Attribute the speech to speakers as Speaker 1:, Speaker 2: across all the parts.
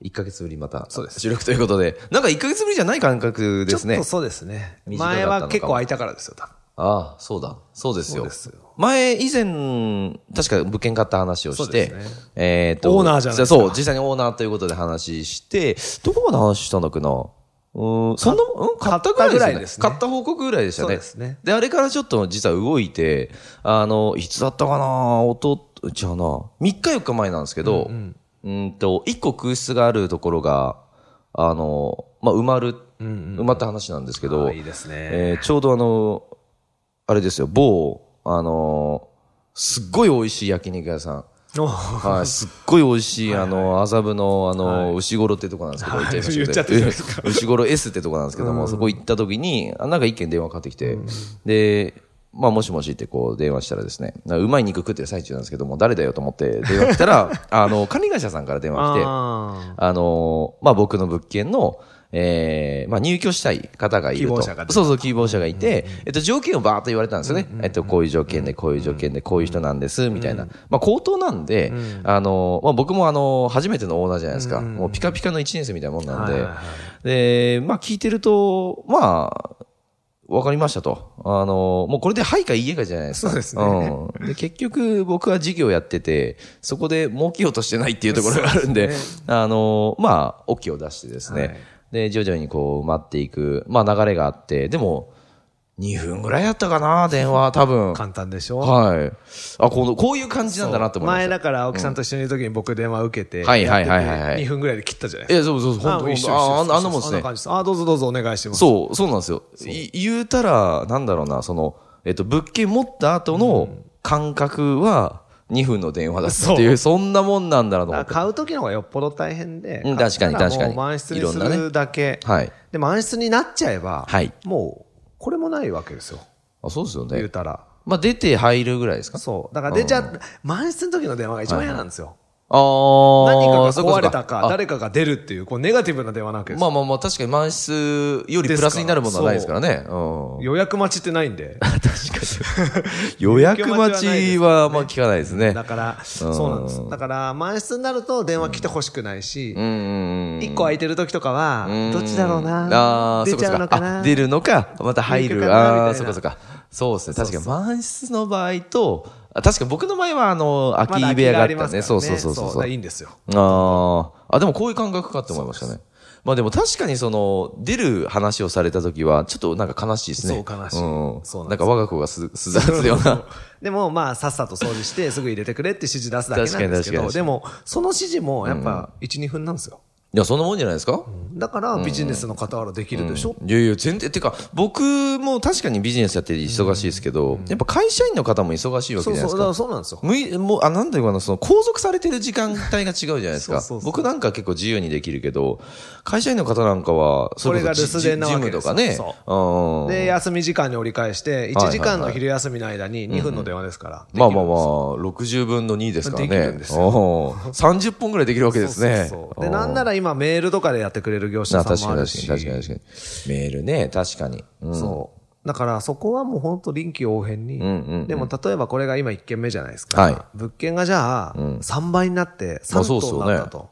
Speaker 1: あ、1ヶ月ぶりまた、
Speaker 2: そうです
Speaker 1: 収録ということで、なんか1ヶ月ぶりじゃない感覚ですね。
Speaker 2: ちょっとそうですね。
Speaker 1: 短かったのか
Speaker 2: 前
Speaker 1: も
Speaker 2: は結構空いたからですよ、多分。
Speaker 1: ああ、そうだ。そうですよ。
Speaker 2: そうですよ
Speaker 1: 前、以前、確か物件買った話を
Speaker 2: そ
Speaker 1: し
Speaker 2: うで
Speaker 1: て、
Speaker 2: すね
Speaker 1: えっと、
Speaker 2: オーナーじゃないですか
Speaker 1: そう、実際にオーナーということで話して、どこまで話したんだっけなうーん、そんな、うん、買ったぐらいです,、ね、
Speaker 2: 買ったぐらいですね
Speaker 1: 買った報告ぐらいでしたね。
Speaker 2: そうですね
Speaker 1: で、あれからちょっと実は動いて、あの、いつだったかなおと、じゃあな、3日4日前なんですけど、うん、と、1個空室があるところが、あの、まあ、埋まる、埋まった話なんですけど、
Speaker 2: ああいいですね
Speaker 1: えーちょうどあの、あれですよ、某、あのーすっごい美味しい焼肉屋さん。
Speaker 2: お
Speaker 1: はい、すっごい美味しい、あの、麻布の、あの、牛ごろってとこなんですけど、
Speaker 2: はい
Speaker 1: 行まし
Speaker 2: 言っちゃってるじゃないですか
Speaker 1: 牛ごろ S ってとこなんですけども、そこ行った時に、あなんか一件電話かかってきて、で、まあ、もしもしってこう電話したらですね、うまい肉食ってる最中なんですけども、誰だよと思って電話来た ら、あの、管理会社さんから電話来て、
Speaker 2: あ
Speaker 1: あのーまあ、僕の物件の、えーまあ、入居したい方がいると。
Speaker 2: 希望者が
Speaker 1: そうそう、希望者がいて、えっと、条件をバーッと言われたんですよね。えっと、こういう条件で、こういう条件で、こういう人なんです、みたいな。まあ、口頭なんで、あのーまあ、僕もあのー初めてのオーナーじゃないですか。もうピカピカの1年生みたいなもんなん
Speaker 2: はい
Speaker 1: で
Speaker 2: はいは。
Speaker 1: で、まあ、聞いてると、まあ、わかりましたと。あの、もうこれではいかいいえかじゃないですか。
Speaker 2: そうですね
Speaker 1: うん。で、結局僕は事業やってて、そこで儲けようとしてないっていうところがあるんで、あの、まあ、OK を出してですね、
Speaker 2: はい
Speaker 1: で、徐々にこう埋まっていく、まあ流れがあって、でも、2分ぐらいだったかな、電話、多分
Speaker 2: あ。。簡単でしょ
Speaker 1: はい。あ、この、こういう感じなんだなって思いまし
Speaker 2: 前
Speaker 1: た。
Speaker 2: だから青木さんと一緒にいる時に僕電話受けて、
Speaker 1: はいはいはいはいはい
Speaker 2: 2分ぐらいで切ったじゃな
Speaker 1: い
Speaker 2: いです
Speaker 1: や、そうそうそう、
Speaker 2: か。
Speaker 1: 本当
Speaker 2: あ
Speaker 1: に
Speaker 2: 一。緒
Speaker 1: あ、あ
Speaker 2: 一緒
Speaker 1: んあんなもんです
Speaker 2: あ
Speaker 1: ね
Speaker 2: んな。感じです。あ、どうぞどうぞお願いします。う。
Speaker 1: そう、そうなんですよ。い言うたら、なんだろうな、その、えっと、物件持った後の感覚は、2分の電話だったっていう、そんなもんなんだなと思って。
Speaker 2: 買う時の方がよっぽど大変で、
Speaker 1: うん確かに
Speaker 2: 買ったら
Speaker 1: 確かに
Speaker 2: もう満室
Speaker 1: い
Speaker 2: に
Speaker 1: ろん
Speaker 2: す
Speaker 1: なね
Speaker 2: るだけ。
Speaker 1: はい。
Speaker 2: で、満室になっちゃえば、
Speaker 1: はい
Speaker 2: もう、これもないわけですよ。
Speaker 1: あ、そうですよ
Speaker 2: 言
Speaker 1: ね
Speaker 2: う。たら。
Speaker 1: まあ、出て入るぐらいですか
Speaker 2: そう。だから出ちゃ、満室の時の電話が一番嫌なんですよ。
Speaker 1: あー
Speaker 2: 何かが
Speaker 1: そこそこ
Speaker 2: 壊れたか、
Speaker 1: あ
Speaker 2: 誰かが出るっていう、こうネガティブな電話なわけです
Speaker 1: まあ
Speaker 2: よ。
Speaker 1: まあまあ、確かに満室よりプラスになるものはないですからね。うん
Speaker 2: 予約待ちってないんで。
Speaker 1: 予約待ちは、あんまあ聞かないですね。
Speaker 2: だから、そうなんです。だから、満室になると電話来てほしくないし、
Speaker 1: うんうんうん。
Speaker 2: 一個空いてる時とかは、どっちだろう
Speaker 1: あ
Speaker 2: な
Speaker 1: あ、
Speaker 2: 出
Speaker 1: そ
Speaker 2: ちゃう
Speaker 1: う
Speaker 2: の
Speaker 1: か
Speaker 2: か
Speaker 1: そうか。
Speaker 2: な
Speaker 1: あ出るのか、また入
Speaker 2: 入る
Speaker 1: る。
Speaker 2: かなみたいな
Speaker 1: ああー、そうかそうか。そうですね。確かに満室の場合と、あ確かに僕の場合は、あの、空
Speaker 2: ま
Speaker 1: き
Speaker 2: だ
Speaker 1: 部屋があったね。
Speaker 2: 空きがありますか
Speaker 1: そ
Speaker 2: ら
Speaker 1: うそうそうそう。
Speaker 2: だからいいんですよ。
Speaker 1: ああ。あ、でもこういう感覚かって思いましたね。まあでも確かにその、出る話をされた時は、ちょっとなんか悲しいですね。
Speaker 2: そう悲し
Speaker 1: う
Speaker 2: い
Speaker 1: ん、
Speaker 2: そうなん
Speaker 1: な
Speaker 2: です
Speaker 1: んか我が子がす、すざ らすような。
Speaker 2: でも、まあ、さっさと掃除して、すぐ入れてくれって指示出すだけなんですけ
Speaker 1: 確かに確か
Speaker 2: ど、
Speaker 1: に
Speaker 2: でも、その指示も、やっぱ、1、2分なんですよ。
Speaker 1: いや、そんなもんじゃないですか、
Speaker 2: だから、ビジネスの傍らできるでしょ
Speaker 1: いやいや、全然、てか、僕も確かにビジネスやってて忙しいですけど、やっぱ会社員の方も忙しいわけじ
Speaker 2: そ
Speaker 1: ゃ
Speaker 2: う
Speaker 1: ない
Speaker 2: そ
Speaker 1: で
Speaker 2: う、
Speaker 1: すか
Speaker 2: だから。そうなんですよ。
Speaker 1: 無いもうあなんていうかなその拘束されてる時間帯が違うじゃないですか
Speaker 2: そうそうそう
Speaker 1: 僕なんか結構自由にできるけど会社員の方なんかはそこ
Speaker 2: これが
Speaker 1: そ
Speaker 2: 留守電な
Speaker 1: ジ
Speaker 2: わ
Speaker 1: ム
Speaker 2: け
Speaker 1: と
Speaker 2: です
Speaker 1: か
Speaker 2: よ
Speaker 1: ねうん
Speaker 2: で、休み時間に折り返して、1
Speaker 1: はいは
Speaker 2: 時間
Speaker 1: いは
Speaker 2: の
Speaker 1: い
Speaker 2: 昼休みの間に2分の電話ですから。
Speaker 1: まあまあまあ60分の2ですからね
Speaker 2: できるんです
Speaker 1: おー30本ぐらいできるわけですね
Speaker 2: そうそうそうで、なんな
Speaker 1: ら
Speaker 2: ら今メールとかでやってくれる業者
Speaker 1: 確
Speaker 2: さ
Speaker 1: か
Speaker 2: ん
Speaker 1: に
Speaker 2: もあ
Speaker 1: 確か
Speaker 2: る
Speaker 1: に確
Speaker 2: し。
Speaker 1: かに確かにメールね確かに、うん
Speaker 2: そう。だからそこはもう本当臨機応変に。
Speaker 1: んうんうん
Speaker 2: でも例えばこれが今1軒目じゃないですか。
Speaker 1: はい
Speaker 2: 物件がじゃあ3倍になって
Speaker 1: まあ
Speaker 2: 3
Speaker 1: そうっ
Speaker 2: 棟
Speaker 1: す
Speaker 2: に
Speaker 1: よ
Speaker 2: なっ
Speaker 1: ね
Speaker 2: たと。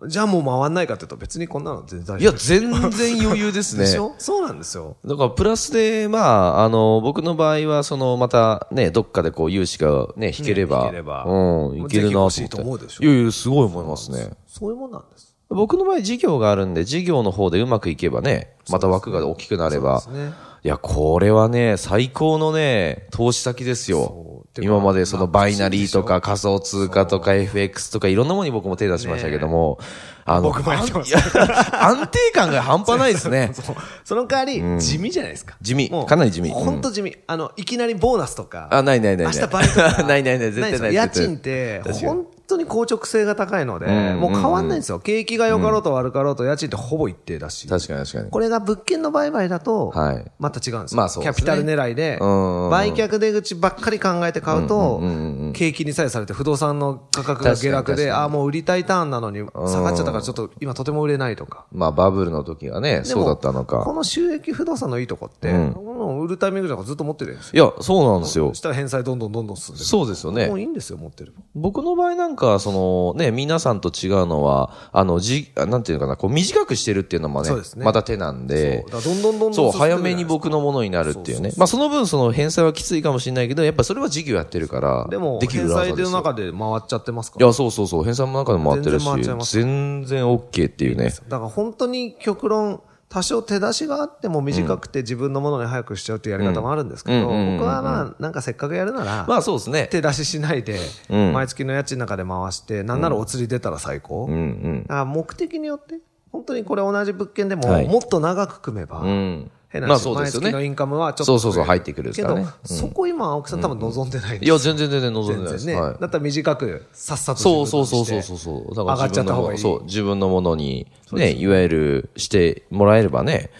Speaker 1: うん
Speaker 2: じゃあもう回んないかっていうと別にこんなの全然大
Speaker 1: い
Speaker 2: 丈
Speaker 1: や
Speaker 2: 夫。
Speaker 1: 全然余裕ですね
Speaker 2: でしょそうなんですよ。
Speaker 1: だから、プラスで、まあ、あの、僕の場合は、その、また、ね、どっかでこう、融資がね、引ければ、
Speaker 2: ね引ければ
Speaker 1: うん、いけるなと思っ
Speaker 2: ぜひ
Speaker 1: て。
Speaker 2: 欲しいと思うでしょ
Speaker 1: いやいや、すごい思いますね。
Speaker 2: そういうもんなんです。
Speaker 1: 僕の場合、事業があるんで、事業の方でうまくいけばね、また枠が大きくなれば、
Speaker 2: そうですね
Speaker 1: いや、これはね、最高のね、投資先ですよ
Speaker 2: そう。てか
Speaker 1: 今までそのバイナリーとか仮想通貨とか FX とかいろんなものに僕も手出しましたけども、あの、
Speaker 2: 僕もやってまし
Speaker 1: あん安定感が半端ないですね。
Speaker 2: そうその代わり地味じゃないですか。
Speaker 1: 地味かなり地味
Speaker 2: 本当地味。あの、いきなりボーナスとか。
Speaker 1: あ、ないないない
Speaker 2: 明
Speaker 1: ない。
Speaker 2: 日バイトとか
Speaker 1: ないないない、絶対ない。
Speaker 2: 家
Speaker 1: 絶対
Speaker 2: 賃って
Speaker 1: 確かに
Speaker 2: 本当に硬直性が高いので、
Speaker 1: うん
Speaker 2: もう変わんないんですよ。景気が良かろうと悪かろうと家賃ってほぼ一定だし。
Speaker 1: 確かに確かに。
Speaker 2: これが物件の売買だと
Speaker 1: はい、
Speaker 2: また違うんですよ。
Speaker 1: まあそう
Speaker 2: キ
Speaker 1: で
Speaker 2: ャ
Speaker 1: すね
Speaker 2: ピタル狙いで、
Speaker 1: うん
Speaker 2: 売却出口ばっかり考えて買うと
Speaker 1: うんうんうんうん、
Speaker 2: 景気に左右されて不動産の価格が
Speaker 1: 確
Speaker 2: 下
Speaker 1: か
Speaker 2: 落
Speaker 1: に確
Speaker 2: で、
Speaker 1: かに
Speaker 2: ああ、もう売りたいターンなのに下がっちゃったからちょっと今とても売れないとか。
Speaker 1: まあバブルの時がね、
Speaker 2: で
Speaker 1: そ
Speaker 2: も
Speaker 1: うだったの
Speaker 2: こ
Speaker 1: か。
Speaker 2: の収益不動産のいいとこって、
Speaker 1: うん
Speaker 2: この売るタイミングとかずっと持ってるんですよ。
Speaker 1: いや、そうなんですよ
Speaker 2: そし。たら返済どんどんどんどん進んでくる
Speaker 1: そうですよね
Speaker 2: もういいんですよ、持ってる。
Speaker 1: 僕の場合なんか、そのね、皆さんと違うのは、あの、じ、あなんていうのかな、こう短くしてるっていうのもね、
Speaker 2: そうですね
Speaker 1: また手なんで
Speaker 2: そう。だからどんどんどんどん
Speaker 1: そう、
Speaker 2: 進んでる
Speaker 1: 早めに僕のものになるっていうね。まあその分その返済はきついかもしれないけど、やっぱそれは事業やってるから、
Speaker 2: でも、
Speaker 1: できる
Speaker 2: 返
Speaker 1: 裏
Speaker 2: 済
Speaker 1: 技です
Speaker 2: の
Speaker 1: よ
Speaker 2: 中で回っちゃってますか
Speaker 1: い
Speaker 2: ら。
Speaker 1: や、そうそうそう、返済も中でも回ってるし
Speaker 2: 全然回っちゃい、ます
Speaker 1: 全然 OK っていうね。
Speaker 2: だから本当に極論、多少手出しがあっても短くて自分のものに早くしちゃうっていうやり方もあるんですけど、
Speaker 1: うんうんうんうん
Speaker 2: 僕はまあ、なんかせっかくやるなら、
Speaker 1: まあそうですね。
Speaker 2: 手出ししないで、
Speaker 1: うん
Speaker 2: 毎月の家賃の中で回して、なんならお釣り出たら最高。
Speaker 1: うんうん。
Speaker 2: あ目的によって、本当にこれ同じ物件でも、
Speaker 1: はい
Speaker 2: もっと長く組めば、
Speaker 1: うん。
Speaker 2: 変な話
Speaker 1: まあそうですよ
Speaker 2: 毎月のイ
Speaker 1: ね。
Speaker 2: ンカムはちょっ
Speaker 1: そ
Speaker 2: と
Speaker 1: うそうそう
Speaker 2: 増える
Speaker 1: 入ってくるですからね
Speaker 2: けど、そこ今、青木さん多分望んでないん
Speaker 1: い
Speaker 2: で
Speaker 1: や、
Speaker 2: すよ
Speaker 1: 全然全然望んでないで
Speaker 2: 全
Speaker 1: す。
Speaker 2: 然ね、
Speaker 1: はい
Speaker 2: だったら短く、さっさと
Speaker 1: そう
Speaker 2: 自
Speaker 1: そ
Speaker 2: 分
Speaker 1: うそうそ
Speaker 2: の
Speaker 1: う
Speaker 2: に
Speaker 1: そ
Speaker 2: し
Speaker 1: う
Speaker 2: て
Speaker 1: そう。だ
Speaker 2: 上がっちゃった方がいい。
Speaker 1: そう、自分のものに、ね、いわゆるしてもらえればね、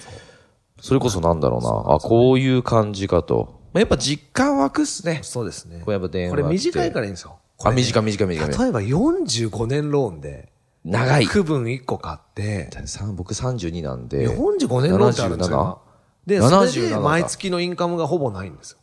Speaker 1: それこそなんだろうな、あ、こういう感じかと。まあやっぱ実感湧くっすね。
Speaker 2: そうですね。
Speaker 1: これやっぱ電話。
Speaker 2: これ短いかららいいんですよ。
Speaker 1: あ、短い短い短い。
Speaker 2: 例えば45年ローンで、
Speaker 1: 長い。
Speaker 2: 区分1個買って、
Speaker 1: さん僕32なんで。
Speaker 2: 45年ローンってあるんですよ。で、
Speaker 1: 77
Speaker 2: そ
Speaker 1: か
Speaker 2: れで毎月のインカムがほぼないんですよ。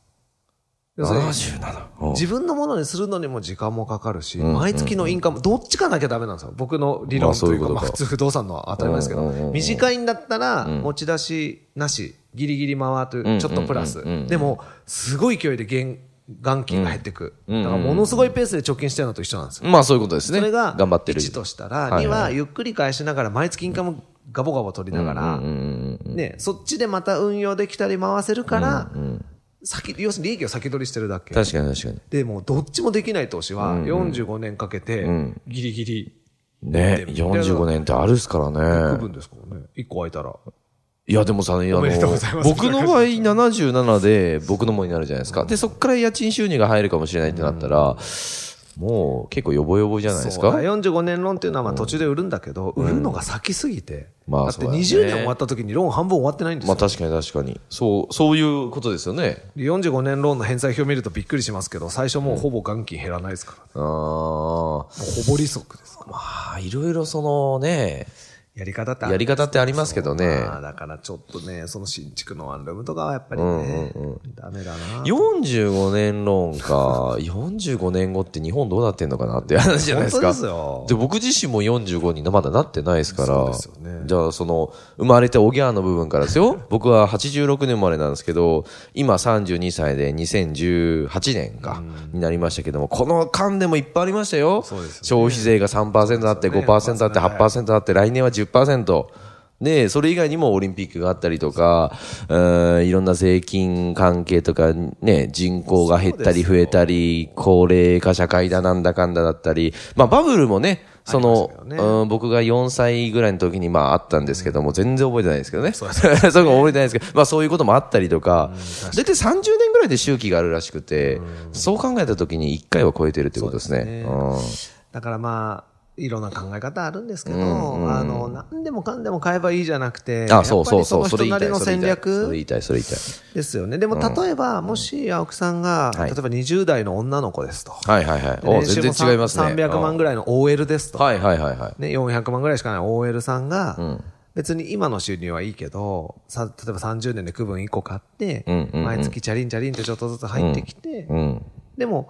Speaker 2: 要するに
Speaker 1: 77。うん
Speaker 2: 自分のものにするのにも時間もかかるし、毎月のインカム、どっちかなきゃダメなんですよ。僕の理
Speaker 1: まあ
Speaker 2: 論
Speaker 1: そう
Speaker 2: と
Speaker 1: い
Speaker 2: いうう
Speaker 1: こと
Speaker 2: か、
Speaker 1: か
Speaker 2: まあ普通不動産の当たり前ですけ
Speaker 1: うんうんうんう
Speaker 2: ど、
Speaker 1: ん
Speaker 2: 短いんだったら、持ち出しなし、ギリギリ回という、ちょっとプラス
Speaker 1: うんうんうんうん。
Speaker 2: でも、すごい勢いで現、元金が減ってく。だからものすごいペースで貯金してるのと一緒なんですよ。
Speaker 1: まあそういうことですね。
Speaker 2: それが、
Speaker 1: 頑張ってる。
Speaker 2: 1としたら、
Speaker 1: はい
Speaker 2: 2
Speaker 1: はい
Speaker 2: はゆっくり返しながら、毎月インカムガボガボ取りながら、ね、そっちでまた運用できたり回せるから、先、要するに利益を先取りしてるだけ。
Speaker 1: 確かに確か
Speaker 2: でもうどっちもできない投資は45年かけてギリギリ
Speaker 1: に。ね、45年ってあるっすから
Speaker 2: 区
Speaker 1: ね。
Speaker 2: 分ですからね1個空いたら
Speaker 1: いや、でもさ、あの、
Speaker 2: めでとうございます
Speaker 1: 僕の場合77で僕のものになるじゃないですか。で、そこから家賃収入が入るかもしれないってなったら、もう結構ヨボヨボじゃないです
Speaker 2: そう
Speaker 1: か
Speaker 2: だ。45年ローンっていうのはまあ途中で売るんだけど、売るのが先すぎて、
Speaker 1: まあ
Speaker 2: だって
Speaker 1: そうだよね
Speaker 2: 20年終わった時にローン半分終わってないんです
Speaker 1: まあ
Speaker 2: よ、
Speaker 1: 確かに確かに。そう、そういうことですよね。
Speaker 2: 45年ローンの返済表見るとびっくりしますけど最初もうほぼ元金減らないですからね、
Speaker 1: ああ。
Speaker 2: もうほぼ利息ですから
Speaker 1: まあ、いろいろそのね、
Speaker 2: やり方ってある
Speaker 1: やり方ってありますけどね。
Speaker 2: まあだからちょっとねその新築のワンルームとかはやっぱりね、ダメだな
Speaker 1: 45年ローンか、45年後って日本どうなってんのかなって話じゃないですか。
Speaker 2: 本当ですよ
Speaker 1: で僕自身も45にまだなってないですから。
Speaker 2: そうですよね
Speaker 1: じゃあ、その、生まれておぎゃーの部分からですよ。 僕は86年生まれなんですけど、今32歳で2018年か、になりましたけども、この間でもいっぱいありましたよ。
Speaker 2: そうですよね
Speaker 1: 消費税が3%あって、5%あって、8%あって、来年は10%。で、それ以外にもオリンピックがあったりとか、うーんいろんな税金関係とか、ね、人口が減ったり増えたり、高齢化社会だなんだかんだだったり、まあバブルもね、その、
Speaker 2: ありましたよね
Speaker 1: うん、僕が4歳ぐらいの時にまああったんですけども、全然覚えてないですけどね。そう そういうの覚えてないですけど、まあそういうこともあったりとか、大体30年ぐらいで周期があるらしくて、そう考えた時に1回は超えてるってことですね。うん
Speaker 2: だからまあ、いろんな考え方あるんですけど、あの、何でもかんでも買えばいいじゃなくて、
Speaker 1: あ、そうそうそう。
Speaker 2: やっ
Speaker 1: そ
Speaker 2: ぱ
Speaker 1: れ言
Speaker 2: りの
Speaker 1: いた
Speaker 2: 人
Speaker 1: い。
Speaker 2: なりの
Speaker 1: それ
Speaker 2: 戦
Speaker 1: 言いたいそれ
Speaker 2: 略
Speaker 1: 言いたい。それ言いたい。
Speaker 2: ですよね。でも例えば、もし青木さんが、
Speaker 1: はい
Speaker 2: 例えば20代の女の子ですと。
Speaker 1: はいはいはい。お
Speaker 2: 年収も
Speaker 1: 全然違いますね。
Speaker 2: 300万ぐらいの OL です
Speaker 1: うん
Speaker 2: と。
Speaker 1: はいはいはいはい。
Speaker 2: ね、400万ぐらいしかない OL さんが、別に今の収入はいいけど、さ、例えば30年で区分1個買って、
Speaker 1: んうんうん
Speaker 2: 毎月チャリンチャリンってちょっとずつ入ってきて、
Speaker 1: うん。
Speaker 2: でも、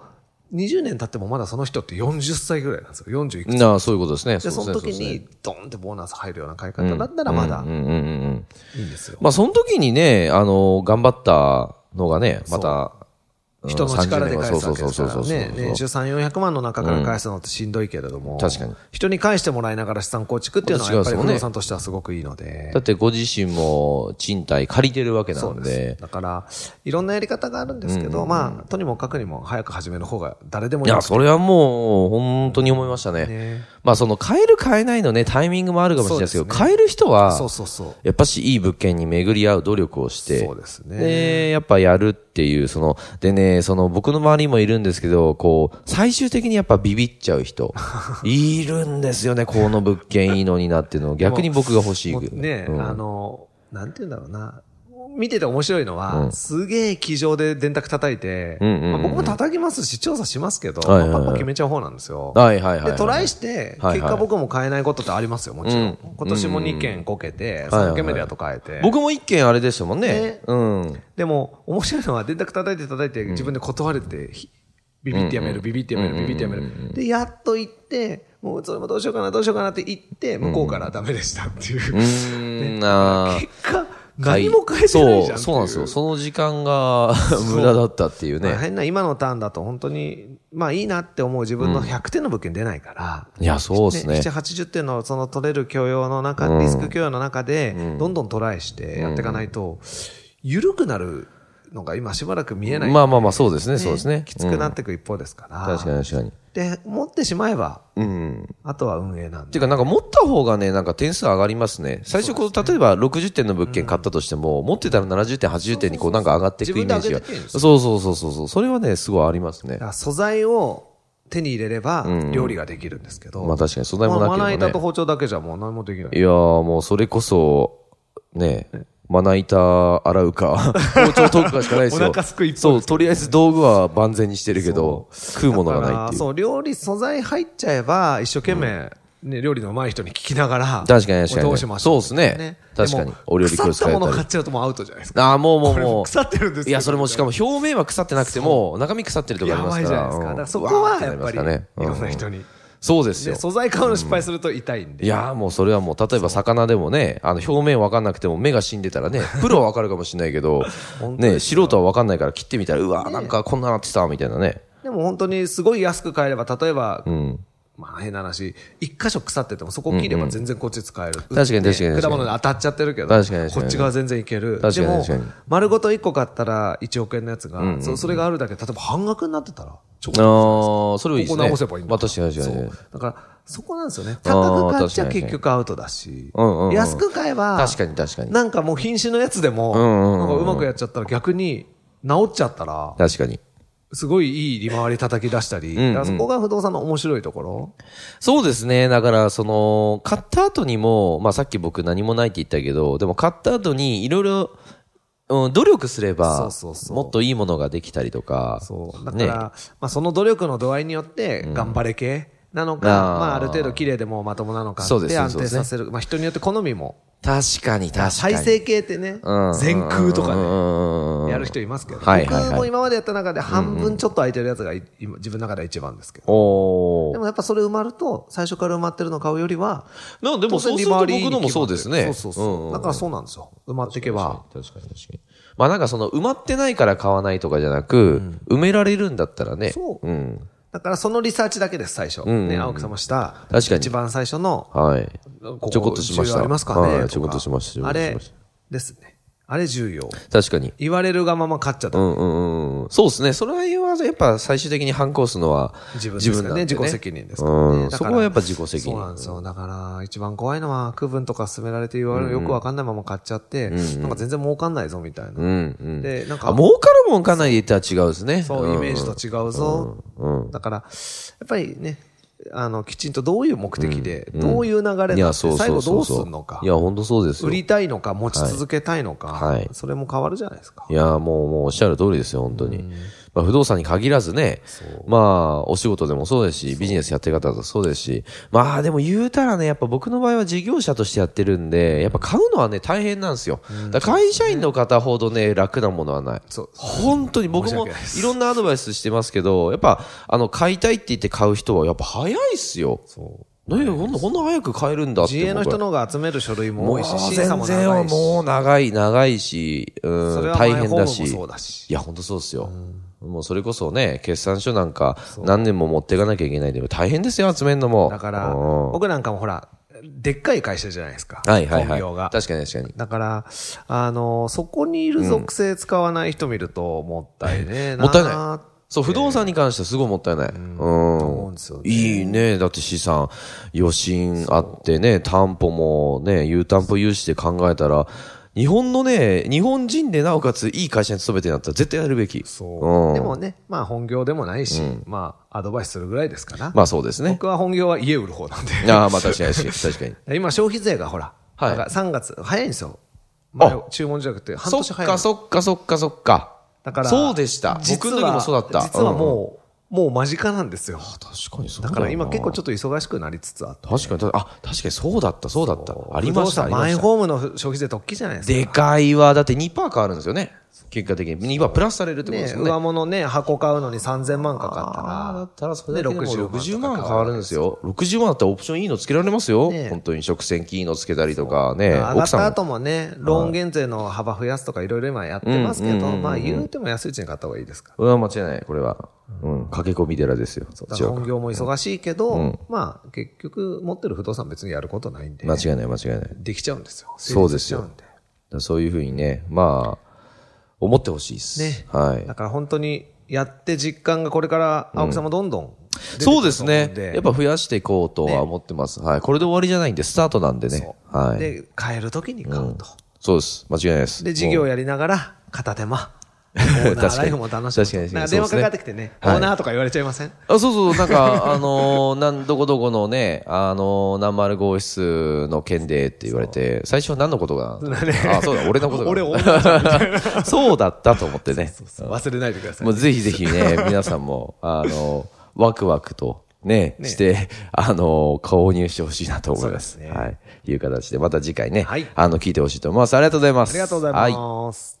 Speaker 2: 20年経ってもまだその人って40歳ぐらいなんですよ。40いくつ
Speaker 1: なあ、そういうことですね。
Speaker 2: で、
Speaker 1: う
Speaker 2: そ
Speaker 1: ですね
Speaker 2: の時。に、ドンってボーナス入るような買い方だったら、まだ
Speaker 1: そうですねうんうんうんうん。
Speaker 2: いいんですよ。
Speaker 1: まあその時にね、あの、頑張ったのがね、また、うん
Speaker 2: 人の力で返すわけですか
Speaker 1: そ
Speaker 2: ら
Speaker 1: うそうそうそう
Speaker 2: ね。年収3、400万の中から返すのってしんどいけれども。
Speaker 1: 確かに。
Speaker 2: 人に返してもらいながら資産構築っていうのはやっぱり
Speaker 1: また違うんですも
Speaker 2: 不
Speaker 1: んね
Speaker 2: 動産としてはすごくいいので
Speaker 1: だ。ってご自身も賃貸借りてるわけなんで。
Speaker 2: だから、いろんなやり方があるんですけど、まあ、とにもかくにも早く始める方が誰でもい
Speaker 1: い
Speaker 2: い
Speaker 1: や、それはもう、本当に思いましたね。
Speaker 2: ね
Speaker 1: まあその買える買えないのね、タイミングもあるかもしれないですけど、
Speaker 2: そうですね
Speaker 1: 買える人は、
Speaker 2: そうそうそう。
Speaker 1: やっぱしいい物件に巡り合う努力をして、
Speaker 2: そうですね
Speaker 1: で、やっぱやるっていう、その、でね、その僕の周りにもいるんですけど、こう、最終的にやっぱビビっちゃう 人、いるんですよね、この物件いいのになっていうのを逆に僕が欲しい
Speaker 2: もう
Speaker 1: ぐらい
Speaker 2: ね、
Speaker 1: うん
Speaker 2: あの、なんて言うんだろうな。見てて面白いのは、すげえ気丈で電卓叩いて、
Speaker 1: うんうんうんうん
Speaker 2: まあ僕も叩きますし、調査しますけど、
Speaker 1: はいはいはい
Speaker 2: まあパッパ決めちゃう方なんですよ。
Speaker 1: はいはいはいはい
Speaker 2: で、トライして、
Speaker 1: はいはい
Speaker 2: 結果僕も変えないことってありますよ、もちろん。
Speaker 1: うん
Speaker 2: 今年も2件こけて、
Speaker 1: はいはい
Speaker 2: 3件目でやっと変えて。
Speaker 1: 僕も一件あれでしたもんね。
Speaker 2: ね
Speaker 1: うん。
Speaker 2: でも、面白いのは、電卓叩いて叩いて、自分で断れて、ひビビってやめる、ビビってやめる、ビビってやめる。で、やっと行って、もうそれもどうしようかな、どうしようかなって言って、向こうからダメでしたっていう。
Speaker 1: うん、なあ
Speaker 2: 結果、何も変えてないじ
Speaker 1: そ
Speaker 2: ゃんってい
Speaker 1: う、そうなんですよ。その時間が 無駄だったっていう
Speaker 2: まあ
Speaker 1: ね。
Speaker 2: 変な今のターンだと本当に、まあいいなって思う自分の100点の物件出ないから。
Speaker 1: いや、そうですね
Speaker 2: 7、。80点のその取れる許容の中、リスク許容の中で、どんどんトライしてやっていかないと、緩くなるのが今しばらく見えない。
Speaker 1: まあまあまあ、そうですね、そうですね。
Speaker 2: きつくな
Speaker 1: うん
Speaker 2: っていく一方ですから。
Speaker 1: 確かに確かに。
Speaker 2: で、持ってしまえば、
Speaker 1: うん。
Speaker 2: あとは運営なん
Speaker 1: ってい
Speaker 2: で。
Speaker 1: うか、なんか持った方がね、なんか点数上がりますね。最初、こう、例えば60点の物件買ったとしても、持ってたら70点、80点にこう、なんか上がっていくイメージが
Speaker 2: 自分で上げていけるんで。す
Speaker 1: そうそうそうそうそう。それはね、すごいありますね
Speaker 2: だか。ら素材を手に入れれば、料理ができるんですけど。
Speaker 1: まあ確かに素材もなければね
Speaker 2: まあまな板と包丁だけじゃもう何もできない
Speaker 1: い。やー、もうそれこそ、ね、まな板洗うか、包丁研ぐかしかないですよ。
Speaker 2: お腹すく一方
Speaker 1: そう、とりあえず道具は万全にしてるけど、食うものが
Speaker 2: だか
Speaker 1: ないっ
Speaker 2: ら
Speaker 1: ていう。
Speaker 2: そう、料理素材入っちゃえば、一生懸命、ね、料理の上手い人に聞きながら、
Speaker 1: 確かに確かに
Speaker 2: これどうしましょ
Speaker 1: そうっすね確かに
Speaker 2: でも
Speaker 1: お料理教
Speaker 2: 腐っ
Speaker 1: 室通った
Speaker 2: た
Speaker 1: り
Speaker 2: もの買っちゃうともうアウトじゃないですか。
Speaker 1: ああ、もうもう
Speaker 2: これ
Speaker 1: もう。
Speaker 2: も腐ってるんですけど
Speaker 1: いや、それもしかも表面は腐ってなくても、中身腐ってるとかあ
Speaker 2: や
Speaker 1: りま
Speaker 2: ば
Speaker 1: す
Speaker 2: い
Speaker 1: か
Speaker 2: じゃ
Speaker 1: ら。
Speaker 2: ないですか。だ
Speaker 1: うん
Speaker 2: からそこはやっぱり、い
Speaker 1: わーってなりますからね
Speaker 2: ろんな人に。
Speaker 1: そうですよ
Speaker 2: で、。素材買うの失敗すると痛いんで。
Speaker 1: いやーもうそれはもう、例えば魚でもね、あの表面わかんなくても目が死んでたら ね、プロはわかるかもしれないけど、ね、素人はわかんないから切ってみたら、うわーなんかこんななってた、みたいなね。
Speaker 2: でも本当にすごい安く買えれば、例えば、
Speaker 1: うん。
Speaker 2: まあ変な話、一箇所腐っててもそこを切れば全然こっち使える。
Speaker 1: ん確かに確かに
Speaker 2: ね
Speaker 1: 確か
Speaker 2: 果
Speaker 1: に
Speaker 2: 物に当たっちゃってるけど、
Speaker 1: 確かに確かに
Speaker 2: こっち側全然いける。
Speaker 1: 確かに
Speaker 2: でも
Speaker 1: 確かに
Speaker 2: 丸ごと一個買ったら1億円のやつが、そそれがあるだけで、例えば半額になってたら、ちょっ
Speaker 1: あ
Speaker 2: と。
Speaker 1: ー、それはいいですね。
Speaker 2: ここ直せばいいんだ
Speaker 1: まあ確かに確
Speaker 2: そ
Speaker 1: かに
Speaker 2: う。。だから、そこなんですよね。
Speaker 1: あー
Speaker 2: 高く買っ
Speaker 1: 確
Speaker 2: ち
Speaker 1: か
Speaker 2: ゃ
Speaker 1: に
Speaker 2: 結局アウトだし
Speaker 1: うんうんう、ん
Speaker 2: 安く買えば、
Speaker 1: 確かに確かに
Speaker 2: なんかもう瀕死のやつでも、
Speaker 1: んうんうん
Speaker 2: なんかうまくやっちゃったら逆に治っちゃったら、
Speaker 1: 確かに。
Speaker 2: すごいいい利回り叩き出したり、だからそこが不動産の面白いところ。
Speaker 1: そうですね。だから、その、買った後にも、まあさっき僕何もないって言ったけど、でも買った後にいろいろ、うん、努力すれば
Speaker 2: そうそうそう
Speaker 1: もっといいものができたりとか。
Speaker 2: そう。だから、
Speaker 1: ね。
Speaker 2: まあその努力の度合いによって、頑張れ系なのか、
Speaker 1: あー
Speaker 2: まあある程度綺麗でもうまともなのか
Speaker 1: そう
Speaker 2: っ
Speaker 1: です
Speaker 2: て
Speaker 1: ね
Speaker 2: 安定させる。まあ人によって好みも。
Speaker 1: 確かに、確かに。
Speaker 2: 再生系ってね、全空とかね。
Speaker 1: ね
Speaker 2: やる人いますけど、
Speaker 1: はいはいはい
Speaker 2: 僕も今までやった中で半分ちょっと空いてるやつがい今自分の中では一番ですけど。
Speaker 1: お
Speaker 2: で
Speaker 1: ー
Speaker 2: もやっぱそれ埋まると、最初から埋まってるの買うよりは、
Speaker 1: なんでもそうすると僕のもそうですね。
Speaker 2: そうそうそう。だからそうなんですよ。埋まっていけば。
Speaker 1: 確かに確かに。まあなんかその埋まってないから買わないとかじゃなく、埋められるんだったらね。
Speaker 2: そう
Speaker 1: うん。
Speaker 2: だからそのリサーチだけです、最初。ね、青木さんもした。
Speaker 1: 確かに
Speaker 2: 一番最初の、
Speaker 1: はい。
Speaker 2: こ
Speaker 1: ちょこっとしました
Speaker 2: 重要ありますかね。
Speaker 1: はい
Speaker 2: か
Speaker 1: ちょこっとしました
Speaker 2: あ
Speaker 1: ちょ
Speaker 2: れ
Speaker 1: こっとし
Speaker 2: ですね。あれ重要。
Speaker 1: 確かに。
Speaker 2: 言われるがまま勝っちゃっ
Speaker 1: う
Speaker 2: た。
Speaker 1: んうんうん。そうですね。それはやっぱ最終的に反抗するのは
Speaker 2: 自分で
Speaker 1: 自分
Speaker 2: すか
Speaker 1: なん
Speaker 2: ら
Speaker 1: で
Speaker 2: ね。
Speaker 1: ね。
Speaker 2: 自己責任ですから
Speaker 1: う
Speaker 2: ね。
Speaker 1: ん。
Speaker 2: だ
Speaker 1: そ
Speaker 2: から
Speaker 1: こはやっぱ自己責
Speaker 2: そうなん
Speaker 1: 任。
Speaker 2: ですよ。だから、一番怖いのは、区分とか勧められて言われるよくわかんないまま買っちゃって、なんか全然儲かんないぞ、みたいな。
Speaker 1: うんうん。
Speaker 2: で、なん
Speaker 1: あ、
Speaker 2: か、
Speaker 1: 儲かるもんかんないで言ったら違うですね。
Speaker 2: そう、イメージと違うぞ。だから、やっぱりね、あの、きちんとどういう目的で、どういう流れ
Speaker 1: い
Speaker 2: で
Speaker 1: や、そう
Speaker 2: 最
Speaker 1: そ
Speaker 2: 後
Speaker 1: うそ
Speaker 2: ど
Speaker 1: う
Speaker 2: う
Speaker 1: そう。
Speaker 2: すんのか
Speaker 1: い。や、本当そうですよ。
Speaker 2: 売りたいのか、持ち続けたい
Speaker 1: は
Speaker 2: のか
Speaker 1: い、
Speaker 2: それも変わるじゃないですか
Speaker 1: い。やーもう、もうおっしゃる通りですよ、本当に。まあ、不動産に限らずね、まあ、お仕事でもそうですし、ビジネスやってる方だとそうですし、まあ、でも言うたらね、やっぱ僕の場合は事業者としてやってるんで、やっぱ買うのはね、大変なんですよ。だから会社員の方ほどね、楽なものはない。
Speaker 2: そう
Speaker 1: 本当に僕
Speaker 2: 申し
Speaker 1: も
Speaker 2: 訳ないです
Speaker 1: いろんなアドバイスしてますけど、やっぱ、あの、買いたいって言って買う人はやっぱ早いっすよ。
Speaker 2: そう。
Speaker 1: 何こんな、こんな早く買えるんだって。
Speaker 2: 自営の
Speaker 1: 僕は
Speaker 2: 人の方が集める書類も
Speaker 1: も
Speaker 2: 多
Speaker 1: う
Speaker 2: いし、審査
Speaker 1: 全
Speaker 2: も
Speaker 1: 然
Speaker 2: 長いし。
Speaker 1: もう長い、長いし、
Speaker 2: それ
Speaker 1: うん、
Speaker 2: は
Speaker 1: 大変だ
Speaker 2: マイホームも
Speaker 1: し。
Speaker 2: そうだし
Speaker 1: いや、本当そうですよ。もうそれこそね、決算書なんか何年も持っていかなきゃいけないんで、大変ですよ、集めるのも。
Speaker 2: だから、
Speaker 1: うん
Speaker 2: 僕なんかもほら、でっかい会社じゃないですか。
Speaker 1: はいはいは
Speaker 2: 本
Speaker 1: い。
Speaker 2: 業が。
Speaker 1: 確かに確かに。
Speaker 2: だから、あの、そこにいる属性使わない人見ると、もったいねえな。
Speaker 1: もったいないそう、不動産に関してはすごいもったいない。うん。
Speaker 2: 思うんですよね
Speaker 1: いいね。だって資産、余震あってね、担保もね、有担保融資で考えたら、日本のね、日本人でなおかついい会社に勤めてるんだったら絶対やるべき。
Speaker 2: そう。
Speaker 1: ん
Speaker 2: でもね、まあ本業でもないし、まあアドバイスするぐらいですから。
Speaker 1: まあそうですね。
Speaker 2: 僕は本業は家売る方なんで。
Speaker 1: ああ、まあ確かに確かに。確かに。
Speaker 2: 今消費税がほら、
Speaker 1: はい
Speaker 2: なんか3月、早いんですよ。前
Speaker 1: あ
Speaker 2: 注文じゃなく て、半
Speaker 1: そ
Speaker 2: 年
Speaker 1: っ
Speaker 2: 早いの
Speaker 1: かそっかそっかそっか。
Speaker 2: だから、
Speaker 1: そうでした。
Speaker 2: 実
Speaker 1: 僕の
Speaker 2: は
Speaker 1: 時もそうだった。
Speaker 2: 実は
Speaker 1: うん
Speaker 2: もう、もう間近なんですよ。
Speaker 1: 確かにそう
Speaker 2: だ
Speaker 1: よな
Speaker 2: から今結構ちょっと忙しくなりつつあって。
Speaker 1: 確かに、ただあ、確かにそうだった、そうだった。ありました、あ
Speaker 2: 不動産
Speaker 1: りま
Speaker 2: マイ
Speaker 1: した。
Speaker 2: ホームの消費税って大きいじゃないですか。
Speaker 1: でかいわ。だって2%変わるんですよね。結果的に。2%プラスされるってことで
Speaker 2: ね
Speaker 1: す、よね。
Speaker 2: 上物ね、箱買うのに3000万かかった
Speaker 1: ああー、だ
Speaker 2: ら
Speaker 1: っ、たらそれだけでも
Speaker 2: ね60
Speaker 1: 60万変わるんですよ。60万だったらオプションいいのつけられますよ。
Speaker 2: ね
Speaker 1: 本当に食洗機いいのつけたりとかね。
Speaker 2: 上が
Speaker 1: 奥
Speaker 2: っ
Speaker 1: さん
Speaker 2: た
Speaker 1: も
Speaker 2: 後もね、ローン減税の幅増やすとかいろいろ今やってますけど、まあ言うても安いうちに買った方がいいですから。
Speaker 1: うわ、間違いない、これは。うん、駆け込み寺ですよ。そっ
Speaker 2: だ
Speaker 1: ち
Speaker 2: から
Speaker 1: は。
Speaker 2: 本業も忙しいけど、まあ結局持ってる不動産別にやることないんで
Speaker 1: 間、違いない、間違いない。だか
Speaker 2: できちゃうんですよ。
Speaker 1: そうですよ
Speaker 2: 成立しちゃうん
Speaker 1: らそういうふうにね、まあ、思ってほしいです。
Speaker 2: ね
Speaker 1: はい
Speaker 2: で。だ。から本当にやって実感がこれから青木さんもどんどん出てくると思
Speaker 1: そ
Speaker 2: ん
Speaker 1: うですね。やっぱ増やしていこうとは思ってます。はい。これで終わりじゃないんで、スタートなんでね
Speaker 2: そ。う
Speaker 1: はい。
Speaker 2: で、買える時に買うと。
Speaker 1: そうです。間違いないです。
Speaker 2: で、事業やりながら片 手間。オーナーライフも楽しむ
Speaker 1: 確かに確かに
Speaker 2: なん電話
Speaker 1: そうです
Speaker 2: か
Speaker 1: ね
Speaker 2: かってきてね、オ
Speaker 1: はい
Speaker 2: ーナーとか言われちゃいません
Speaker 1: あそうそう、なんか、 あのーなん、どこどこのね、あのー、何丸号室の件でって言われて、最初は何のこと が、あ、そうだ、俺のことが。
Speaker 2: 俺オー
Speaker 1: そうだったと思ってね。
Speaker 2: 忘れないでください
Speaker 1: もう。ぜひぜひ ね、皆さんも、あのーワクワクと、ね、して、あのー購入してほしいなと思います。
Speaker 2: そうですね
Speaker 1: はい。いう形で、また次回ね、
Speaker 2: はい
Speaker 1: あの、聞いてほしいと思います。ありがとうございます。
Speaker 2: ありがとうござい
Speaker 1: はい
Speaker 2: ます。